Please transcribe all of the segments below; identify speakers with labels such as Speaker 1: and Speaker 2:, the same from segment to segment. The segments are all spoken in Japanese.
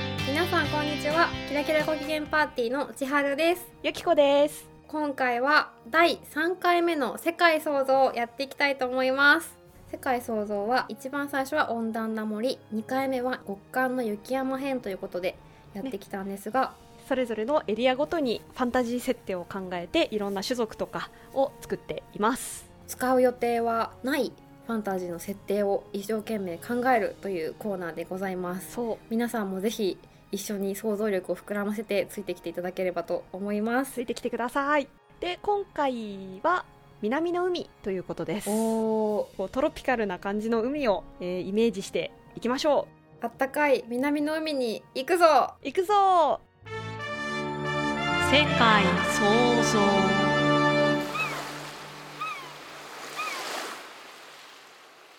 Speaker 1: んこんにちはキラキラご機嫌パーティーの千春です
Speaker 2: ゆきこです。
Speaker 1: 今回は第3回目の世界創造をやっていきたいと思います世界創造は一番最初は温暖な森2回目は極寒の雪山編ということでやってきたんですが、
Speaker 2: それぞれのエリアごとにファンタジー設定を考えていろんな種族とかを作っています。
Speaker 1: 使う予定はないファンタジーの設定を一生懸命考えるというコーナーでございます
Speaker 2: そう
Speaker 1: 皆さんもぜひ一緒に想像力を膨らませてついてきていただければと思います
Speaker 2: ついてきてください。で今回は南の海ということです。
Speaker 1: おー
Speaker 2: こうトロピカルな感じの海を、えーイメージしていきましょ
Speaker 1: あったかい南の海に行くぞ
Speaker 2: う。いくぞ。世界創造。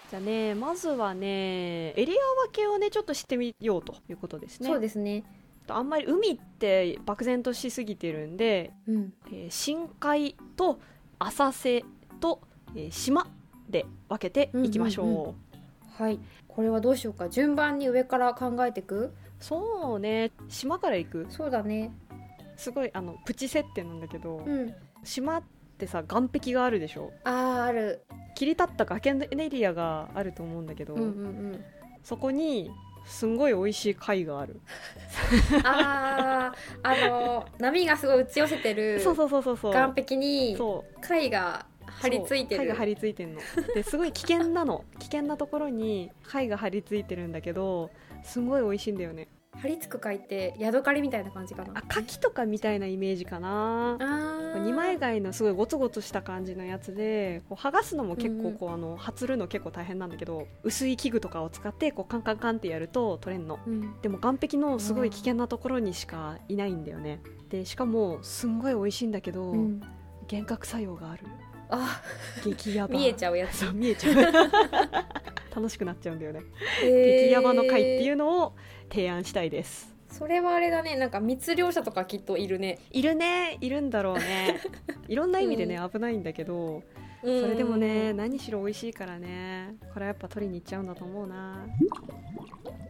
Speaker 2: じゃあねまずはねエリア分けをねちょっとしてみようということですね。
Speaker 1: そうですね
Speaker 2: あんまり海って漠然としすぎてるんで、
Speaker 1: うん
Speaker 2: えー深海と浅瀬と、えー島で分けていきましょう,、
Speaker 1: うんうんはいこれはどうしようか順番に上から考えていく
Speaker 2: そうね島から行く
Speaker 1: そうだね
Speaker 2: すごいあのプチ設定なんだけど、
Speaker 1: うん
Speaker 2: 島ってさ岸壁があるでしょ
Speaker 1: あーある
Speaker 2: 切り立った崖のエリアがあると思うんだけど、
Speaker 1: うんうん
Speaker 2: そこにすんごい美味しい貝がある、
Speaker 1: うんあーあの波がすごい打ち寄せてる
Speaker 2: そうそうそうそうそう
Speaker 1: 岸壁に
Speaker 2: そう
Speaker 1: 貝が張り付いて
Speaker 2: そう貝
Speaker 1: る
Speaker 2: が張り付いてんのですごい危険なの危険なところに貝が張り付いてるんだけどすごい美味しいんだよね
Speaker 1: 張り付く貝ってヤドカリみたいな感じかな
Speaker 2: あ牡蠣とかみたいなイメージかな
Speaker 1: あー
Speaker 2: 二枚貝のすごいゴツゴツした感じのやつでこう剥がすのも結構こう、あのはつるの結構大変なんだけど薄い器具とかを使ってこうカンカンカンってやると取れんの
Speaker 1: うん
Speaker 2: でも岸壁のすごい危険なところにしかいないんだよねでしかもすんごい美味しいんだけど、
Speaker 1: うん
Speaker 2: 幻覚作用がある
Speaker 1: あ
Speaker 2: 激ヤバ
Speaker 1: 見えちゃうやつ
Speaker 2: そう見え ちゃう楽しくなっちゃうんだよね、激ヤバの会っていうのを提案したいです
Speaker 1: それはあれだねなんか密漁者とかきっといるね、
Speaker 2: いるねいるんだろうね いろんな意味でね、
Speaker 1: う
Speaker 2: 危ないんだけど
Speaker 1: う
Speaker 2: そ
Speaker 1: ん
Speaker 2: れでもね何しろ美味しいからねこれはやっぱ取りに行っちゃうんだと思うな、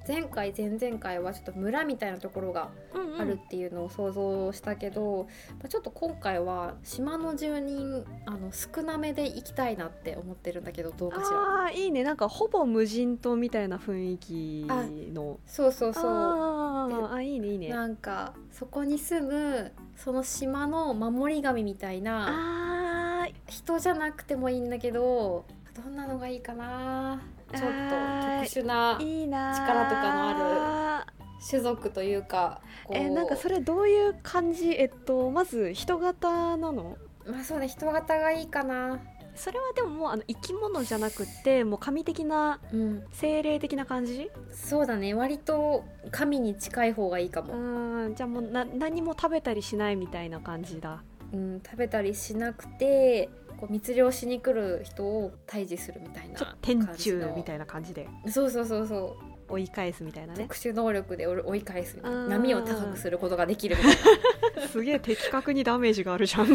Speaker 1: 前回前々回はちょっと村みたいなところがあ
Speaker 2: あ
Speaker 1: る
Speaker 2: る
Speaker 1: っていうのを想像したけど、まあちょっと今回は島の住人あの少なめで行きたいなって思ってるんだけどどうかしら
Speaker 2: あーいいねなんかほぼ無人島みたいな雰囲気の
Speaker 1: そうそうそう
Speaker 2: あーあいいねいいね
Speaker 1: なんかそこに住むその島の守り神みたいな
Speaker 2: あー
Speaker 1: 人じゃなくてもいいんだけどどんなのがいいかなちょっと特
Speaker 2: あー
Speaker 1: 殊ない
Speaker 2: いなー
Speaker 1: 力とかの種族というかこう
Speaker 2: えなんかそれどういう感じえっとまず人型なの
Speaker 1: まあそうね人型がいいかな
Speaker 2: それはでももうあの生き物じゃなくってもう神的な
Speaker 1: うん
Speaker 2: 精霊的な感じ
Speaker 1: そうだね割と神に近い方がいいか
Speaker 2: う
Speaker 1: も、
Speaker 2: ーんじゃあもうな何も食べたりしないみたいな感じだ
Speaker 1: うん、食べたりしなくてこう密漁しに来る人を退治するみたいな
Speaker 2: ちょっと天
Speaker 1: 感
Speaker 2: 中
Speaker 1: じ
Speaker 2: みた
Speaker 1: い
Speaker 2: いな感じで
Speaker 1: なそうそうそうそう、
Speaker 2: 追い返すみたいなね
Speaker 1: 特殊能力で追い返すみたいな
Speaker 2: あー
Speaker 1: 波を高くすることができるみたい な
Speaker 2: すげえ的確にダメージがあるじ ゃん、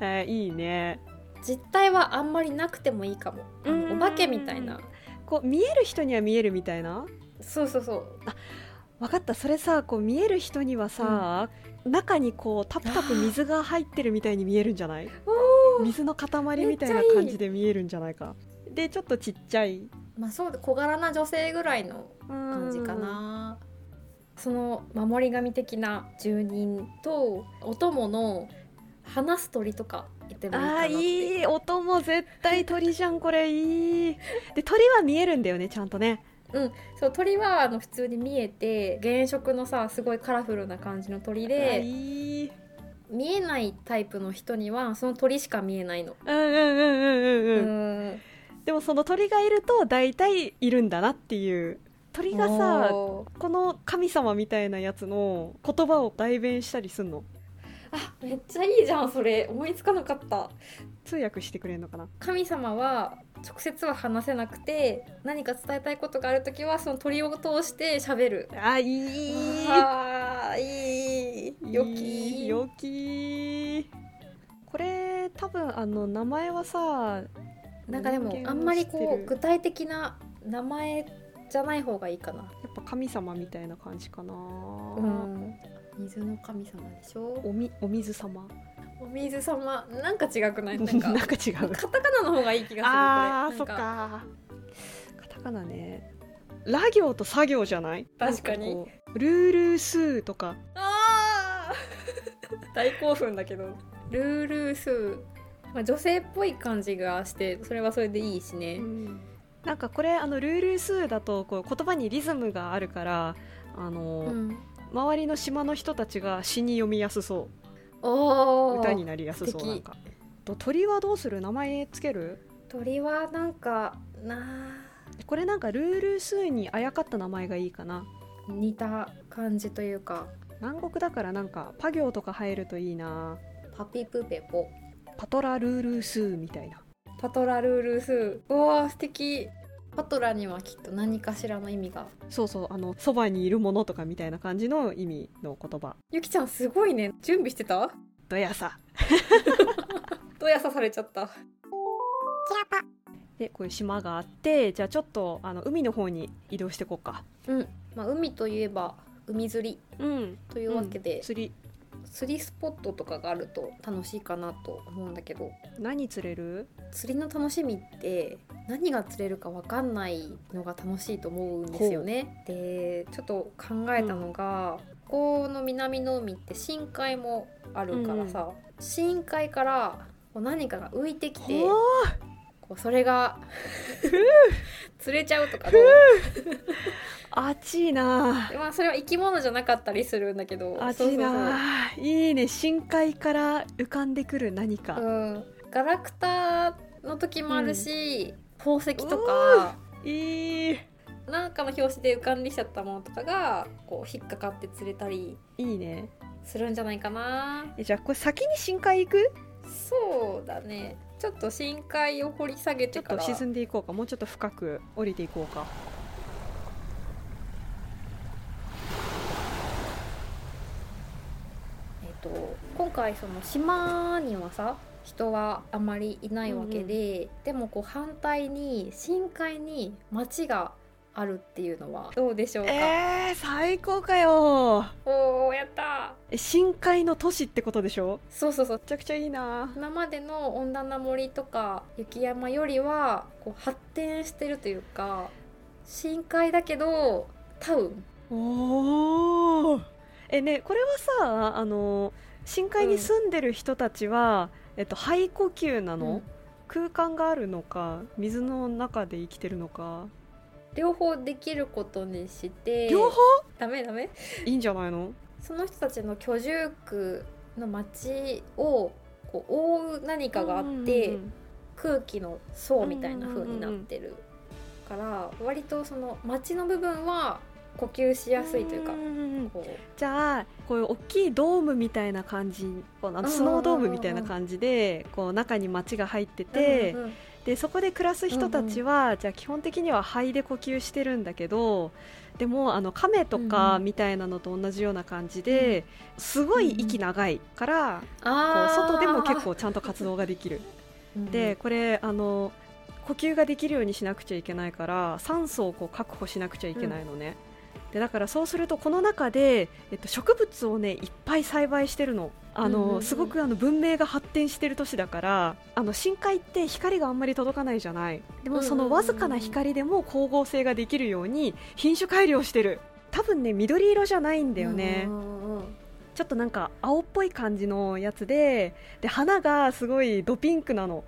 Speaker 2: えーいいね
Speaker 1: 実態はあんまりなくてもいいかもあ
Speaker 2: う
Speaker 1: の
Speaker 2: ん
Speaker 1: お化けみたいな
Speaker 2: こう見える人には見えるみたいな
Speaker 1: そうそうそう
Speaker 2: 分かったそれさこう見える人にはさ、中にこうタプタプ水が入ってるみたいに見えるんじゃない水の塊みたいな感じで見えるんじゃないかでちょっとちっちゃい
Speaker 1: まあそう小柄な女性ぐらいの
Speaker 2: 感
Speaker 1: 感じかな、その守り神的な住人とお供の話す鳥とかいてもいいかなっ
Speaker 2: あー
Speaker 1: て
Speaker 2: いい音も絶対鳥じゃんこれいいで鳥は見えるんだよねちゃんとね
Speaker 1: そう鳥はあの普通に見えて原色のさすごいカラフルな感じの鳥
Speaker 2: あー
Speaker 1: で
Speaker 2: いい
Speaker 1: 見えないタイプの人にはその鳥しか見えないの。
Speaker 2: うんうんうん
Speaker 1: う
Speaker 2: うんうんうん
Speaker 1: ーん
Speaker 2: でもその鳥がいると大体いるんだなっていう鳥がさ
Speaker 1: おー
Speaker 2: この神様みたいなやつの言葉を代弁したりすんの
Speaker 1: あめっちゃいいじゃんそれ思いつかなかった
Speaker 2: 通訳してくれるのかな
Speaker 1: 神様は直接は話せなくて何か伝えたいことがある時はその鳥を通して喋る
Speaker 2: あいい
Speaker 1: あーいいよき
Speaker 2: よきこれ多分あの名前はさ
Speaker 1: なんかでもあんまりこう具体的な名前じゃない方がいいかな
Speaker 2: やっぱ神様みたいな感じかな、
Speaker 1: うん水の神様でしょ
Speaker 2: おみお水様
Speaker 1: お水様なんか違くないな
Speaker 2: なんん
Speaker 1: か
Speaker 2: か違う
Speaker 1: カタカナの方がいい気がするこれな
Speaker 2: あー
Speaker 1: ん
Speaker 2: そっかカタカナねラ行と作業じゃない
Speaker 1: 確かに
Speaker 2: なんこうルールスーとか
Speaker 1: あー 大興奮だけどルールースー、まあ、女性っぽい感じがしてそれはそれでいいしね、
Speaker 2: なんかこれあのルール数だとこう言葉にリズムがあるからあの、
Speaker 1: うん
Speaker 2: 周りの島の人たちが詩に読みやすそ
Speaker 1: お
Speaker 2: う
Speaker 1: ー
Speaker 2: 歌になりやす
Speaker 1: 素
Speaker 2: そう
Speaker 1: 敵
Speaker 2: なんかと鳥はどうする名前つける
Speaker 1: 鳥はなんかな
Speaker 2: これなんかルール数にあやかった名前がいいかな
Speaker 1: あ似た感じというか
Speaker 2: 南国だからなんかパ行とか入るといいな
Speaker 1: パピプペポ
Speaker 2: パトラルールスーみたいな
Speaker 1: パトラルールースーうわー素敵パトラにはきっと何かしらの意味が
Speaker 2: そうそうあのそばにいるものとかみたいな感じの意味の言葉
Speaker 1: ゆきちゃんすごいね準備してた
Speaker 2: どやさ
Speaker 1: どやさされちゃった
Speaker 2: でこういう島があってじゃあちょっとあの海の方に移動していこうか
Speaker 1: うんまあ海といえば海釣り
Speaker 2: うん
Speaker 1: というわけで、
Speaker 2: 釣り
Speaker 1: 釣りスポットとかがあると楽しいかなと思うんだけど
Speaker 2: 何釣れる
Speaker 1: 釣りの楽しみって何が釣れるか分かんないのが楽しいと思うんですよね。でちょっと考えたのが、ここの南の海って深海もあるからさ、深海からこう何かが浮いてきて
Speaker 2: ほ
Speaker 1: こうそれが釣れちゃうとかどう
Speaker 2: あちいな
Speaker 1: でまあ、それは生き物じゃなかったりするんだけど
Speaker 2: あ
Speaker 1: そう
Speaker 2: ちい
Speaker 1: そうそう
Speaker 2: ないいね深海から浮かんでくる何か、
Speaker 1: うん、ガラクタの時もあるし、宝石とか
Speaker 2: いい
Speaker 1: なんかの表紙で浮かんできちゃったものとかがこう引っかかって釣れたり
Speaker 2: いいね
Speaker 1: するんじゃないかな
Speaker 2: えじゃあこれ先に深海行く
Speaker 1: そうだねちょっと深海を掘り下げ
Speaker 2: ち
Speaker 1: て
Speaker 2: ょっ
Speaker 1: か
Speaker 2: と
Speaker 1: ら
Speaker 2: 沈んでいこうかもうちょっと深く降りていこうか
Speaker 1: えっと今回その島にはさ人はあまりいないわけで、でもこう反対に深海に町があるっていうのはどうでしょうか、
Speaker 2: えー、最高かよ
Speaker 1: おーやった
Speaker 2: え深海の都市ってことでしょ
Speaker 1: そうそうそう
Speaker 2: めちゃくちゃいいな
Speaker 1: 今までの温暖な森とか雪山よりはこう発展してるというか深海だけどタウン
Speaker 2: おおえねこれはさあの深海に住んでる人たちは、えっと、肺呼吸なの、
Speaker 1: うん
Speaker 2: 空間があるのか水の中で生きてるのか、
Speaker 1: 両方できることにして
Speaker 2: 両方
Speaker 1: ダメダメ
Speaker 2: いいんじゃないの
Speaker 1: その人たちの居住区の町をこう覆う何かがあって、
Speaker 2: うんうんうん
Speaker 1: 空気の層みたいな風になってるから割とその町の部分は呼吸しやすいというか
Speaker 2: んんうん
Speaker 1: こう
Speaker 2: じゃあこういう大きいドームみたいな感じこうあのスノードームみたいな感じでこう中に街が入ってて、
Speaker 1: うんうんうん
Speaker 2: でそこで暮らす人たちは、じゃあ基本的には肺で呼吸してるんだけどでもあの亀と
Speaker 1: うんう
Speaker 2: か
Speaker 1: ん
Speaker 2: みたいなのと同じような感じで、すごい息長いから、こう外でも結構ちゃんと活動ができる。
Speaker 1: うんうん
Speaker 2: でこれあの呼吸ができるようにしなくちゃいけないから酸素をこう確保しなくちゃいけないのね。でだからそうするとこの中で、えっと、植物をねいっぱい栽培してるのあの、
Speaker 1: うんうんうん
Speaker 2: すごくあの文明が発展してる都市だからあの深海って光があんまり届かないじゃないで
Speaker 1: う
Speaker 2: も
Speaker 1: んうん
Speaker 2: そのわずかな光でも光合成ができるように品種改良してる多分ね緑色じゃないんだよね、
Speaker 1: うんうんうん
Speaker 2: ちょっとなんか青っぽい感じのやつでで花がすごいドピンクなの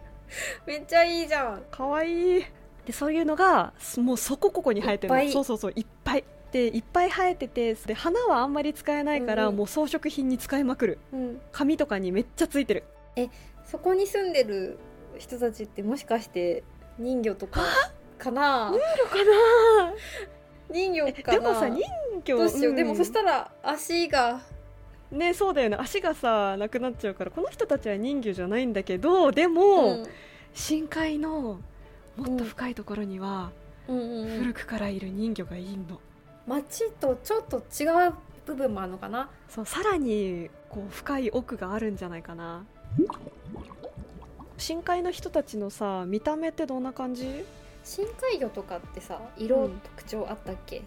Speaker 1: めっちゃいいじゃん
Speaker 2: かわいいでそういうのがすもうそこここに生えてる
Speaker 1: いっ
Speaker 2: の
Speaker 1: ぱい
Speaker 2: そうそうそういっぱいでいっぱい生えててで花はあんまり使えないから、
Speaker 1: うんうん
Speaker 2: もう装飾品に使いまくる髪とかにめっちゃついてる
Speaker 1: そこに住んでる人たちってもしかして人魚とかかな
Speaker 2: のかな
Speaker 1: 人魚かな
Speaker 2: でもさ人魚
Speaker 1: どうしよう、
Speaker 2: ん
Speaker 1: でもそしたら足が
Speaker 2: ねそうだよね足がさなくなっちゃうからこの人たちは人魚じゃないんだけどでも、
Speaker 1: うん
Speaker 2: 深海のもっと深いところには、
Speaker 1: うんうんうん
Speaker 2: 古くからいる人魚がいるの、
Speaker 1: 町とちょっと違う部分もあるのかな
Speaker 2: そうさらにこう深い奥があるんじゃないかな深海の人たちのさ見た目ってどんな感じ
Speaker 1: 深海魚とかってさ色、
Speaker 2: うん
Speaker 1: 特徴あったっけ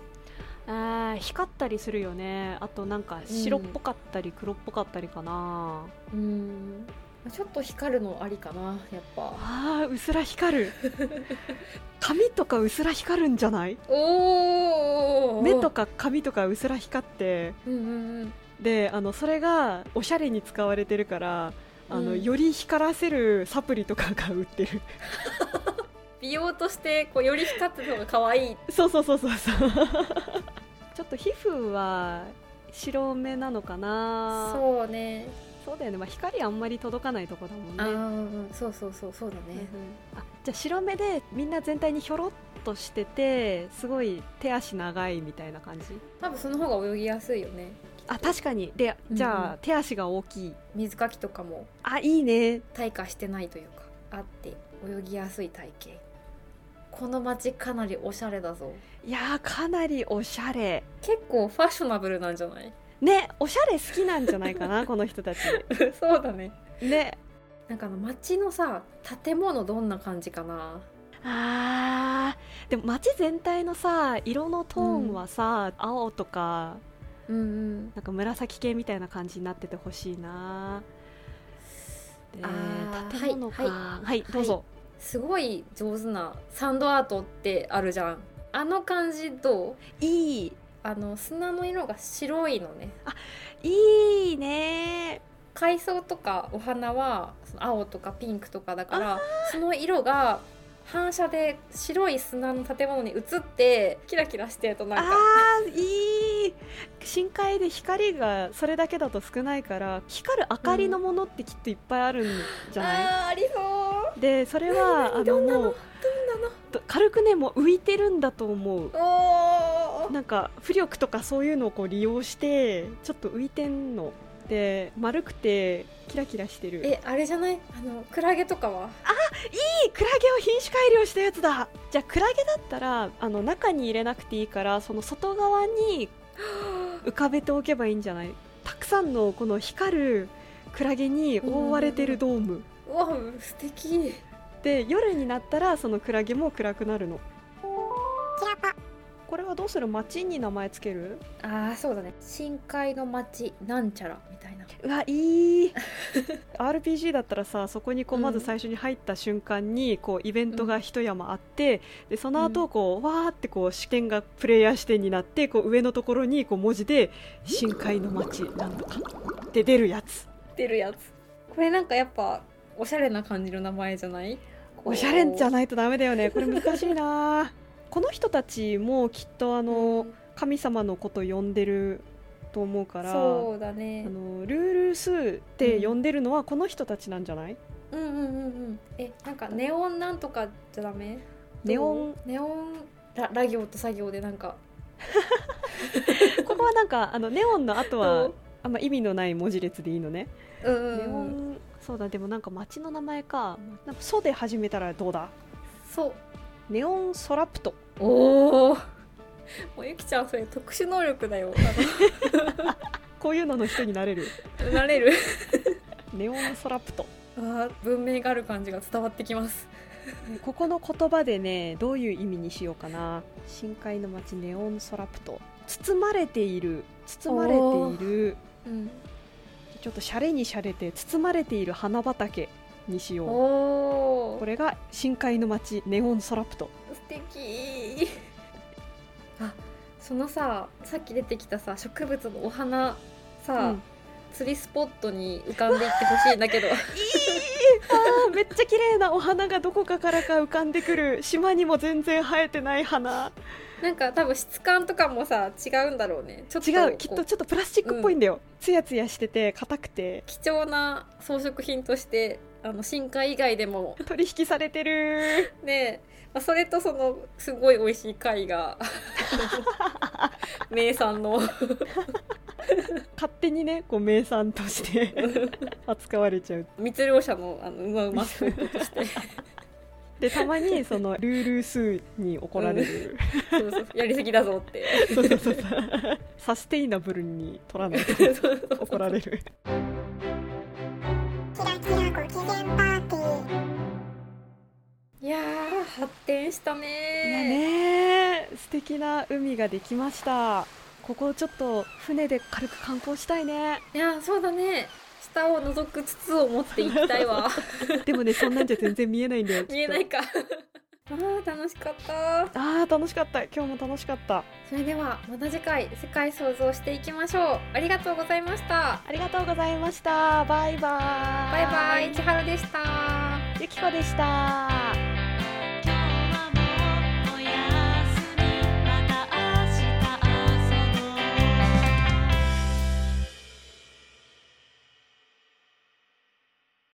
Speaker 2: あー光ったりするよねあとなんか白っぽかったり黒っぽかったりかな、
Speaker 1: うんちょっと光るのありかなやっぱ
Speaker 2: あーうすら光る髪とかうすら光るんじゃない
Speaker 1: おお
Speaker 2: 目とか髪とかうすら光って
Speaker 1: うんうんうん
Speaker 2: であのそれがおしゃれに使われてるからあの、
Speaker 1: うん
Speaker 2: より光らせるサプリとかが売ってる
Speaker 1: 美容としてこうより光ってた方が可愛い
Speaker 2: そうそうそうそうそうちょっと皮膚は白目なのかなそ
Speaker 1: そ
Speaker 2: う
Speaker 1: うね
Speaker 2: だよね、まあ、光あんまり届かないとこだもん
Speaker 1: あ
Speaker 2: ね
Speaker 1: あうんそうそうそうそうだね、
Speaker 2: あじゃあ白目でみんな全体にひょろっとしててすごい手足長いみたいな感じ
Speaker 1: 多分その方が泳ぎやすいよね
Speaker 2: あ確かにでじゃあ、手足が大きい
Speaker 1: 水かきとかも
Speaker 2: あいいね
Speaker 1: 退化してないというかあって泳ぎやすい体型この街かなりおしゃれだぞ
Speaker 2: いやーかなりおしゃれ
Speaker 1: 結構ファッショナブルなんじゃない
Speaker 2: ねおしゃれ好きなんじゃないかなこの人たち
Speaker 1: そうだね
Speaker 2: ね
Speaker 1: なんかあの街のさ建物どんな感じかな
Speaker 2: あーでも街全体のさ色のトーンはさ、青とか
Speaker 1: うんうん
Speaker 2: なんか紫系みたいな感じになっててほしいなで
Speaker 1: あー
Speaker 2: 建物か
Speaker 1: は
Speaker 2: はいい、
Speaker 1: はい
Speaker 2: どうぞ、
Speaker 1: すごい上手なサンドアートってあるじゃんあの感じどう
Speaker 2: いい
Speaker 1: あの砂の色が白いのね
Speaker 2: いいね
Speaker 1: 海藻とかお花はその青とかピンクとかだからその色が反射で白い砂の建物に映ってキラキラしてると
Speaker 2: あ
Speaker 1: なんか
Speaker 2: ーいい深海で光がそれだけだと少ないから光る明かりのものってきっといっぱいあるんじゃない、
Speaker 1: あーありそう
Speaker 2: でそれはあの
Speaker 1: どんなの
Speaker 2: もうと軽くねもう浮いてるんだと思
Speaker 1: ど
Speaker 2: う
Speaker 1: んなのおー
Speaker 2: なんか浮力とかそういうのをこう利用してちょっと浮いてんので丸くてキラキラしてる
Speaker 1: えあれじゃないあのクラゲとかはい
Speaker 2: いクラゲを品種改良したやつだじゃあクラゲだったらあの中に入れなくていいからその外側 に浮かべておけばいいんじゃないたくさんのこの光るクラゲに覆われてるドーム
Speaker 1: うわ素敵
Speaker 2: で夜になったらそのクラゲも暗くなるのこれはどうする街に名前つける
Speaker 1: あーそうだね深海の街なんちゃらみたいな
Speaker 2: うわい い RPG だったらさそこにこう
Speaker 1: うん
Speaker 2: まず最初に入った瞬間にこうイベントが一山あって、でその後こうわーってこう視点がプレイヤー視点になってこう上のところにこう文字で「深海の街なんとか」って出るやつ
Speaker 1: 出るやつこれなんかやっぱおしゃれな感じの名前じゃない
Speaker 2: おしゃれじ
Speaker 1: な
Speaker 2: ゃ
Speaker 1: い
Speaker 2: ないとダメだよねこれ難しい なこの人たちもきっとあの神様のこと呼んでると思うから
Speaker 1: そうだ
Speaker 2: あ
Speaker 1: ね
Speaker 2: のルールスって呼んでるのはこの人たちなんじゃない、
Speaker 1: うんうんうんうんえなんかネオンなんとかじゃダメ
Speaker 2: ネオン
Speaker 1: ネオンララ行と作業でなんか
Speaker 2: ここはなんかあのネオンの後
Speaker 1: そ
Speaker 2: は
Speaker 1: う
Speaker 2: あんま意味のない文字列でいいのね。
Speaker 1: うんう
Speaker 2: ネオ
Speaker 1: んうん
Speaker 2: ンそうだでもなんか町の名前か。なんかソで始めたらどうだ。
Speaker 1: そう
Speaker 2: ネオンソラプト。
Speaker 1: おおもうゆきちゃんそれ特殊能力だよ
Speaker 2: こういうのの人になれ る。
Speaker 1: あのなれる
Speaker 2: ネオンソラプト。
Speaker 1: あ文明がある感じが伝わってきます
Speaker 2: ここの言葉でねどういう意味にしようかな。深海の町ネオンソラプト。包まれている包まれている
Speaker 1: うん
Speaker 2: ちょっとシャレにシャレて包まれている花畑にしよう。
Speaker 1: お
Speaker 2: こ
Speaker 1: お
Speaker 2: れが深海の町ネオンソラプト。
Speaker 1: 素敵あそのささっき出てきたさ植物のお花さ、
Speaker 2: うん
Speaker 1: 釣りスポットに浮かんでいってほしいんだけど
Speaker 2: あーめっちゃ綺麗なお花がどこかからか浮かんでくる島にも全然生えてない花
Speaker 1: なんか多分質感とかもさ違うんだろうねちょっと
Speaker 2: 違
Speaker 1: こ
Speaker 2: うきっとちょっとプラスチックっぽいんだよ、つやつやしてて硬 くて
Speaker 1: 貴重な装飾品としてあの深海以外でも
Speaker 2: 取引されてる
Speaker 1: ねまあ、それとそのすごい美味しい貝 が名産の
Speaker 2: 勝手にねこう名産として 扱われちゃう
Speaker 1: 密漁者のあのうまうまスープとして
Speaker 2: でたまにそのルール数に怒られる、
Speaker 1: そうそうやりすぎだぞって。
Speaker 2: そうそうそうそうサステイナブルに取らないと
Speaker 1: そうそうそう
Speaker 2: 怒られる
Speaker 3: キラキラご機嫌パーティー
Speaker 1: いやー発展したね
Speaker 2: いやね素敵な海ができましたここちょっと船で軽く観光したいね
Speaker 1: いやそうだね下を覗く筒を持って行きたいわ
Speaker 2: でもねそんなんじゃ全然見えないんだよきっと
Speaker 1: 見えないかあー楽しかった
Speaker 2: あー楽しかった今日も楽しかった
Speaker 1: それではまた次回世界創造していきましょうありがとうございました
Speaker 2: ありがとうございましたバイバ
Speaker 1: バイバイ
Speaker 2: イ
Speaker 1: 千春でした
Speaker 2: ゆきこでした